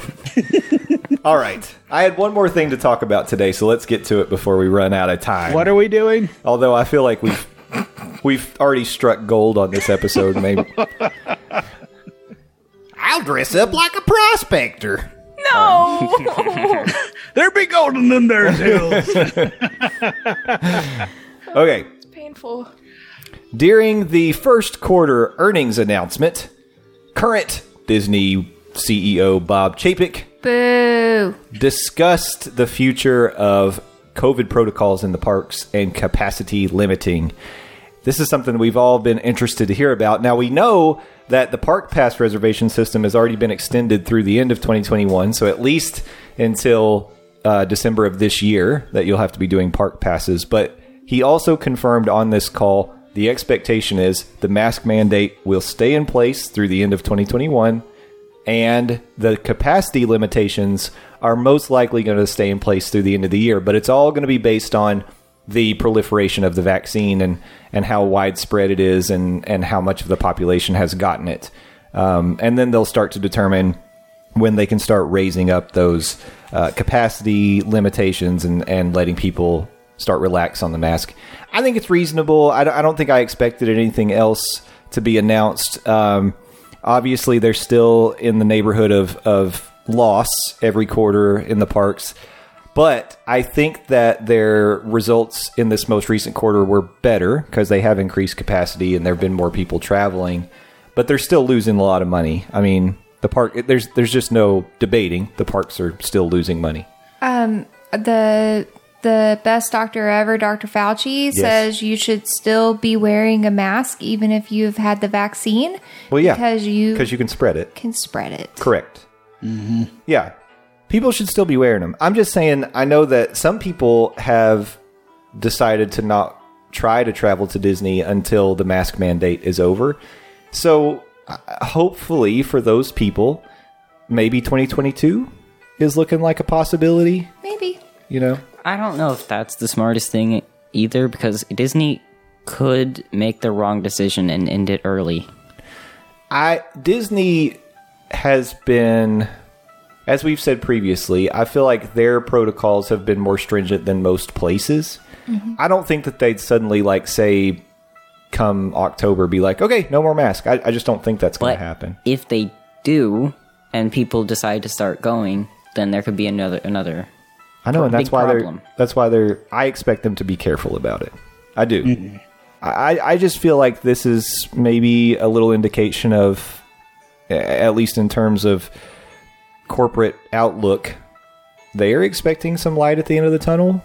Speaker 3: All right. I had one more thing to talk about today, so let's get to it before we run out of time.
Speaker 7: What are we doing?
Speaker 3: Although I feel like we've we've already struck gold on this episode, maybe. I'll dress up like a prospector.
Speaker 4: Oh. No.
Speaker 7: There be gold in them there hills.
Speaker 3: Okay.
Speaker 4: Painful.
Speaker 3: During the first quarter earnings announcement, current Disney CEO Bob Chapek
Speaker 6: Boo.
Speaker 3: discussed the future of COVID protocols in the parks and capacity limiting. This is something we've all been interested to hear about. Now, we know that the park pass reservation system has already been extended through the end of 2021, so at least until uh, December of this year that you'll have to be doing park passes. But he also confirmed on this call the expectation is the mask mandate will stay in place through the end of 2021, and the capacity limitations are most likely going to stay in place through the end of the year. But it's all going to be based on the proliferation of the vaccine and, and how widespread it is and, and how much of the population has gotten it. Um, and then they'll start to determine when they can start raising up those uh, capacity limitations and, and letting people start relax on the mask. I think it's reasonable. I don't, I don't think I expected anything else to be announced. Um, obviously, they're still in the neighborhood of, of loss every quarter in the parks. But I think that their results in this most recent quarter were better because they have increased capacity and there have been more people traveling. But they're still losing a lot of money. I mean, the park it- there's there's just no debating. The parks are still losing money.
Speaker 6: the the best doctor ever, Dr. Fauci, says you should still be wearing a mask even if you've had the vaccine.
Speaker 3: Well, yeah,
Speaker 6: because you,
Speaker 3: because you can spread it.
Speaker 6: can spread it.
Speaker 3: Correct. Mm-hmm. Yeah. People should still be wearing them. I'm just saying, I know that some people have decided to not try to travel to Disney until the mask mandate is over. So, uh, hopefully, for those people, maybe 2022 is looking like a possibility,
Speaker 6: Maybe.
Speaker 3: you know?
Speaker 5: I don't know if that's the smartest thing either because Disney could make the wrong decision and end it early.
Speaker 3: I Disney has been as we've said previously, I feel like their protocols have been more stringent than most places. I don't think that they'd suddenly like say come October be like, okay, no more mask. I, I just don't think that's gonna
Speaker 5: But
Speaker 3: happen.
Speaker 5: if they do and people decide to start going, then there could be another another
Speaker 3: I know, and that's
Speaker 5: big
Speaker 3: why
Speaker 5: problem.
Speaker 3: they're that's why they're I expect them to be careful about it. I do. I, I just feel like this is maybe a little indication of a- at least in terms of corporate outlook, they're expecting some light at the end of the tunnel,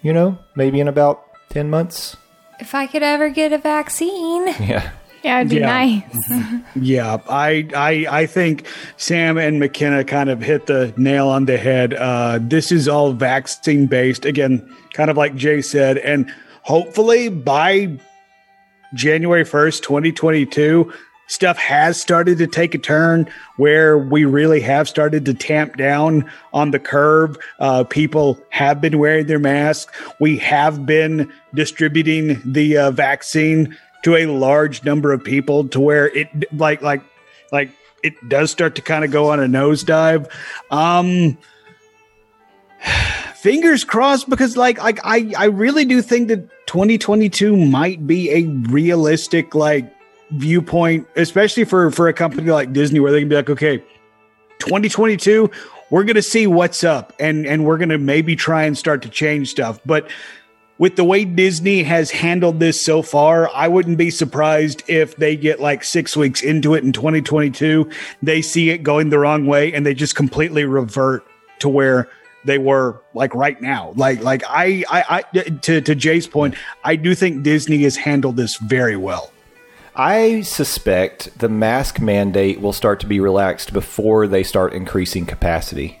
Speaker 3: you know, maybe in about ten months.
Speaker 6: If I could ever get a vaccine.
Speaker 3: Yeah.
Speaker 4: Yeah, it'd be
Speaker 7: Yeah.
Speaker 4: nice.
Speaker 7: Yeah, I, I I think Sam and McKenna kind of hit the nail on the head. Uh, this is all vaccine based, again, kind of like Jay said, and hopefully by January first, twenty twenty two, stuff has started to take a turn where we really have started to tamp down on the curve. Uh, people have been wearing their masks. We have been distributing the uh, vaccine to a large number of people to where it like like like it does start to kind of go on a nosedive. Um, fingers crossed because like like I I really do think that 2022 might be a realistic like viewpoint especially for for a company like Disney where they can be like okay 2022 we're going to see what's up and and we're going to maybe try and start to change stuff but with the way Disney has handled this so far, I wouldn't be surprised if they get like six weeks into it in 2022. They see it going the wrong way and they just completely revert to where they were like right now. Like, like I, I, I to, to Jay's point, I do think Disney has handled this very well.
Speaker 3: I suspect the mask mandate will start to be relaxed before they start increasing capacity.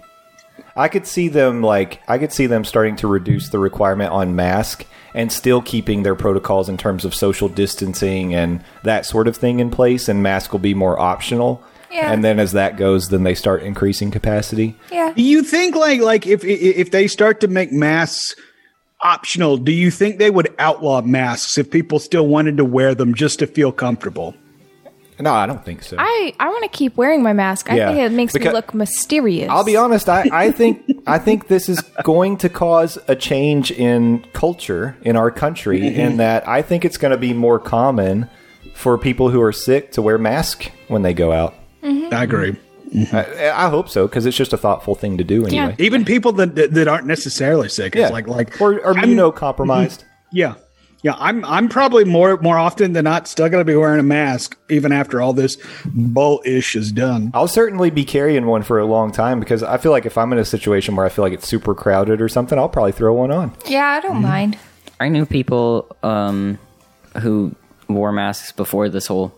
Speaker 3: I could see them like I could see them starting to reduce the requirement on mask and still keeping their protocols in terms of social distancing and that sort of thing in place and mask will be more optional.
Speaker 6: Yeah.
Speaker 3: And then as that goes, then they start increasing capacity.
Speaker 6: Yeah.
Speaker 7: Do you think like, like if, i- if they start to make masks optional, do you think they would outlaw masks if people still wanted to wear them just to feel comfortable?
Speaker 3: No, I don't think so.
Speaker 4: I, I want to keep wearing my mask. I
Speaker 3: Yeah.
Speaker 4: think it makes
Speaker 3: Because-
Speaker 4: me look mysterious.
Speaker 3: I'll be honest. I, I think I think this is going to cause a change in culture in our country.
Speaker 7: Mm-hmm.
Speaker 3: In that, I think it's going to be more common for people who are sick to wear masks when they go out. Eh,
Speaker 7: I agree.
Speaker 3: I, I hope so because it's just a thoughtful thing to do anyway.
Speaker 7: even people that, that that aren't necessarily sick it's like like
Speaker 3: or, or
Speaker 7: I'm- Mm-hmm.
Speaker 3: immunocompromised.
Speaker 7: yeah yeah i'm i'm probably more more often than not still gonna be wearing a mask even after all this bull ish is done
Speaker 3: I'll certainly be carrying one for a long time because I feel like if I'm in a situation where I feel like it's super crowded or something, I'll probably throw one on.
Speaker 6: Yeah, I don't mind.
Speaker 5: I knew people um, who wore masks before this whole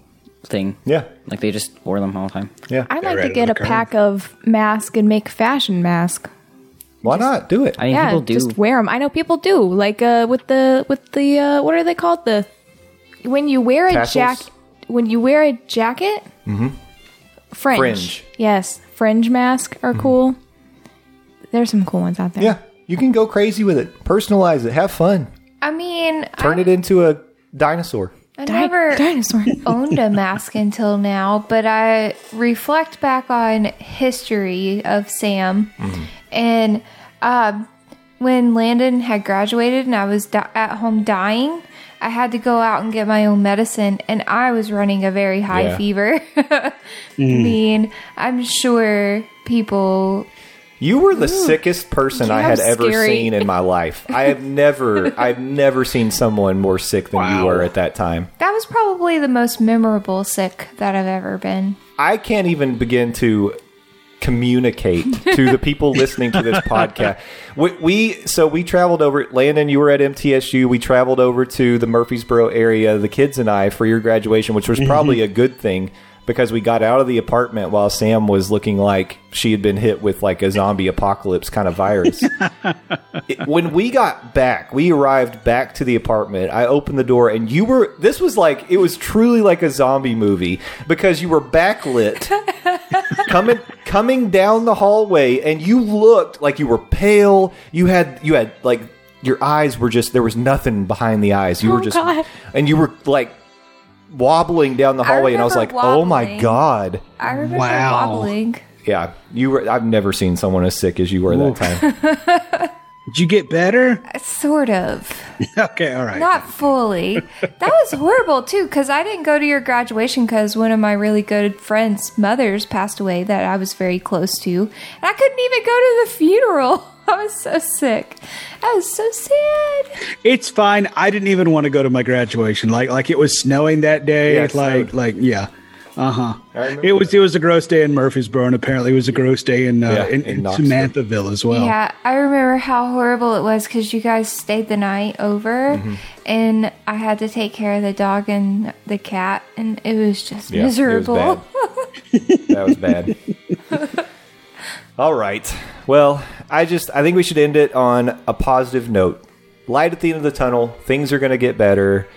Speaker 5: thing.
Speaker 3: Yeah,
Speaker 5: Like they just wore them all the time.
Speaker 3: yeah.
Speaker 4: I'd like to
Speaker 7: right
Speaker 4: get
Speaker 7: on
Speaker 4: a
Speaker 7: the curve.
Speaker 4: pack of mask and make fashion mask.
Speaker 3: Why not? Do it.
Speaker 5: I mean,
Speaker 4: yeah,
Speaker 5: people do. uh,
Speaker 4: just wear them. I know people do. Like uh, with the with the uh, what are they called? The when you wear a
Speaker 3: Tassels?
Speaker 4: jack when you wear a jacket. Mm-hmm. Fringe.
Speaker 3: Fringe.
Speaker 4: Yes, fringe mask are cool. There's some cool ones out there.
Speaker 3: yeah. You can go crazy with it. Personalize it. Have fun.
Speaker 6: I mean,
Speaker 3: Turn it into a dinosaur.
Speaker 6: I
Speaker 4: Di-
Speaker 6: never
Speaker 4: dinosaur.
Speaker 6: owned a mask until now, but I reflect back on history of Sam, and um, when Landon had graduated and I was di- at home dying, I had to go out and get my own medicine, and I was running a very high
Speaker 3: Yeah.
Speaker 6: fever. I mean, I'm sure people
Speaker 3: You were the sickest person I
Speaker 4: how
Speaker 3: had ever
Speaker 4: scary.
Speaker 3: seen in my life. I have never, I've never seen someone more sick than you were at that time.
Speaker 6: that was probably the most memorable sick that I've ever been.
Speaker 3: I can't even begin to communicate to the people listening to this podcast. We, we so we traveled over. Landon, you were at MTSU. We traveled over to the Murfreesboro area. The kids and I for your graduation, which was probably a good thing because we got out of the apartment while Sam was looking like she had been hit with like a zombie apocalypse kind of virus. It- when we got back, we arrived back to the apartment. I opened the door and you were this was like it was truly like a zombie movie because you were backlit coming coming down the hallway and you looked like you were pale. You had you had like your eyes were just there was nothing behind the eyes. You were
Speaker 4: Oh,
Speaker 3: just
Speaker 4: God.
Speaker 3: and you were like wobbling down the hallway and I was like,
Speaker 6: remember
Speaker 3: "Oh my
Speaker 6: wobbling.
Speaker 3: god."
Speaker 6: I remember
Speaker 7: Wow.
Speaker 6: wobbling.
Speaker 3: Yeah, you were I've never seen someone as sick as you were that time.
Speaker 7: Did you get better?
Speaker 6: Sort of.
Speaker 7: Okay, all right.
Speaker 6: Not fully. That was horrible too, because I didn't go to your graduation because one of my really good friends' mothers passed away that I was very close to, and I couldn't even go to the funeral. I was so sick. I was so sad.
Speaker 7: it's fine. I didn't even want to go to my graduation. Like like it was snowing that day.
Speaker 3: Yeah, it
Speaker 7: like
Speaker 3: snowed.
Speaker 7: like yeah. Uh huh.
Speaker 3: remember
Speaker 7: It was it was a gross day in Murfreesboro, and apparently it was a gross day in uh,
Speaker 3: Yeah,
Speaker 7: in,
Speaker 3: in
Speaker 7: in
Speaker 3: Knoxville.
Speaker 7: Samanthville as
Speaker 3: Oh.
Speaker 7: well.
Speaker 6: Yeah, I remember how horrible it was because you guys stayed the night over,
Speaker 3: Mm-hmm.
Speaker 6: and I had to take care of the dog and the cat, and it was just
Speaker 3: Yeah, it was
Speaker 6: miserable.
Speaker 3: bad. That was bad. All right. Well, I just I think we should end it on a positive note. Light at the end of the tunnel. Things are going to get better.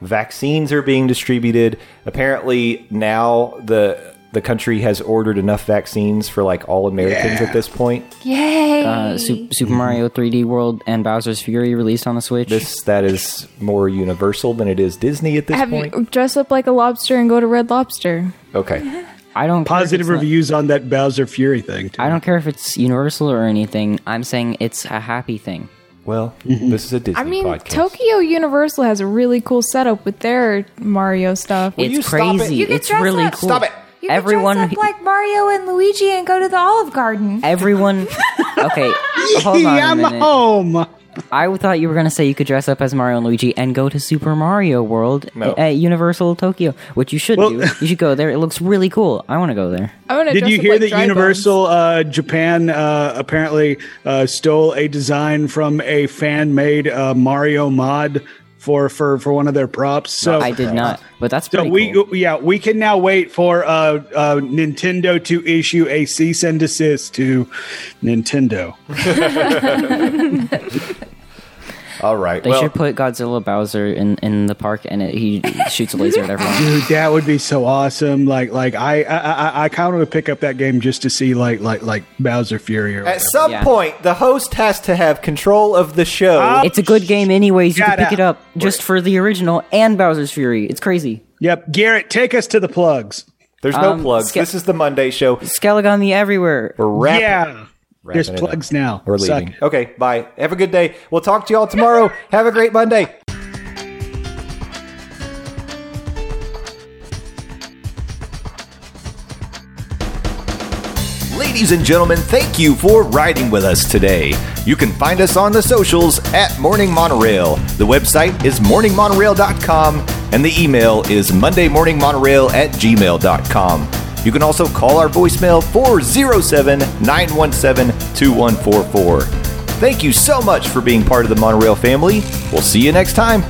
Speaker 3: Vaccines are being distributed. Apparently now the the country has ordered enough vaccines for like all Americans at this point.
Speaker 6: Yay!
Speaker 5: uh, Su- Super Mario 3D World and Bowser's Fury released on the Switch.
Speaker 3: This that is more universal than it is Disney at this
Speaker 4: Have
Speaker 3: point.
Speaker 4: you dress up like a lobster and go to Red Lobster?
Speaker 3: okay.
Speaker 5: I don't care if
Speaker 7: Positive
Speaker 5: it's not-
Speaker 7: reviews on that Bowser Fury thing. Too.
Speaker 5: I don't care if it's Universal or anything. I'm saying it's a happy thing.
Speaker 3: Well, this is a Disney
Speaker 4: I mean,
Speaker 3: podcast.
Speaker 4: Tokyo Universal has a really cool setup with their Mario stuff.
Speaker 5: it's
Speaker 3: you stop it?
Speaker 5: crazy.
Speaker 3: You
Speaker 6: can
Speaker 5: it's
Speaker 6: dress
Speaker 5: really
Speaker 6: up.
Speaker 5: cool.
Speaker 3: Stop it.
Speaker 6: you could
Speaker 5: everyone,
Speaker 6: dress up like Mario and Luigi and go to the Olive Garden.
Speaker 5: everyone. Okay, hold on a
Speaker 7: I'm
Speaker 5: minute.
Speaker 7: home.
Speaker 5: I thought you were gonna say you could dress up as Mario and Luigi and go to Super Mario World
Speaker 3: No.
Speaker 5: at Universal Tokyo, which you should
Speaker 7: Well-
Speaker 5: do. You should go there. It looks really cool. I want to go there.
Speaker 4: I want to.
Speaker 7: Did
Speaker 4: dress
Speaker 7: you
Speaker 4: up
Speaker 7: hear
Speaker 4: like
Speaker 7: that
Speaker 4: Dry Bones.
Speaker 7: Universal uh, Japan uh, apparently uh, stole a design from a fan made uh, Mario mod for, for for one of their props? So
Speaker 5: I did not, but that's
Speaker 7: So
Speaker 5: pretty
Speaker 7: we
Speaker 5: cool.
Speaker 7: yeah we can now wait for uh, uh, Nintendo to issue a cease and desist to Nintendo.
Speaker 3: All right.
Speaker 5: They
Speaker 3: well,
Speaker 5: should put Godzilla Bowser in, in the park and it, he shoots a laser at everyone.
Speaker 7: Dude, that would be so awesome! Like like I I, I, I kind of would pick up that game just to see like like like Bowser Fury or
Speaker 3: at
Speaker 7: whatever.
Speaker 3: some
Speaker 5: Yeah.
Speaker 3: point, the host has to have control of the show.
Speaker 5: It's a good game, anyways. You
Speaker 7: Shut
Speaker 5: can pick
Speaker 7: up.
Speaker 5: it up just for the original and Bowser's Fury. It's crazy.
Speaker 7: Yep, Garrett, take us to the plugs.
Speaker 3: There's no
Speaker 5: Um,
Speaker 3: plugs.
Speaker 5: Ske-
Speaker 3: this is the Monday show.
Speaker 5: Skelegon the Everywhere.
Speaker 3: We're wrapping.
Speaker 7: yeah. There's
Speaker 3: wrapping it
Speaker 7: plugs
Speaker 3: up.
Speaker 7: now.
Speaker 3: We're
Speaker 7: Suck
Speaker 3: leaving.
Speaker 7: it.
Speaker 3: Okay, bye. Have a good day. We'll talk to y'all tomorrow. Have a great Monday. Ladies and gentlemen, thank you for riding with us today. You can find us on the socials at Morning Monorail. The website is morningmonorail.com and the email is mondaymorningmonorail at gmail.com. You can also call our voicemail 407 917 2144. Thank you so much for being part of the Monorail family. We'll see you next time.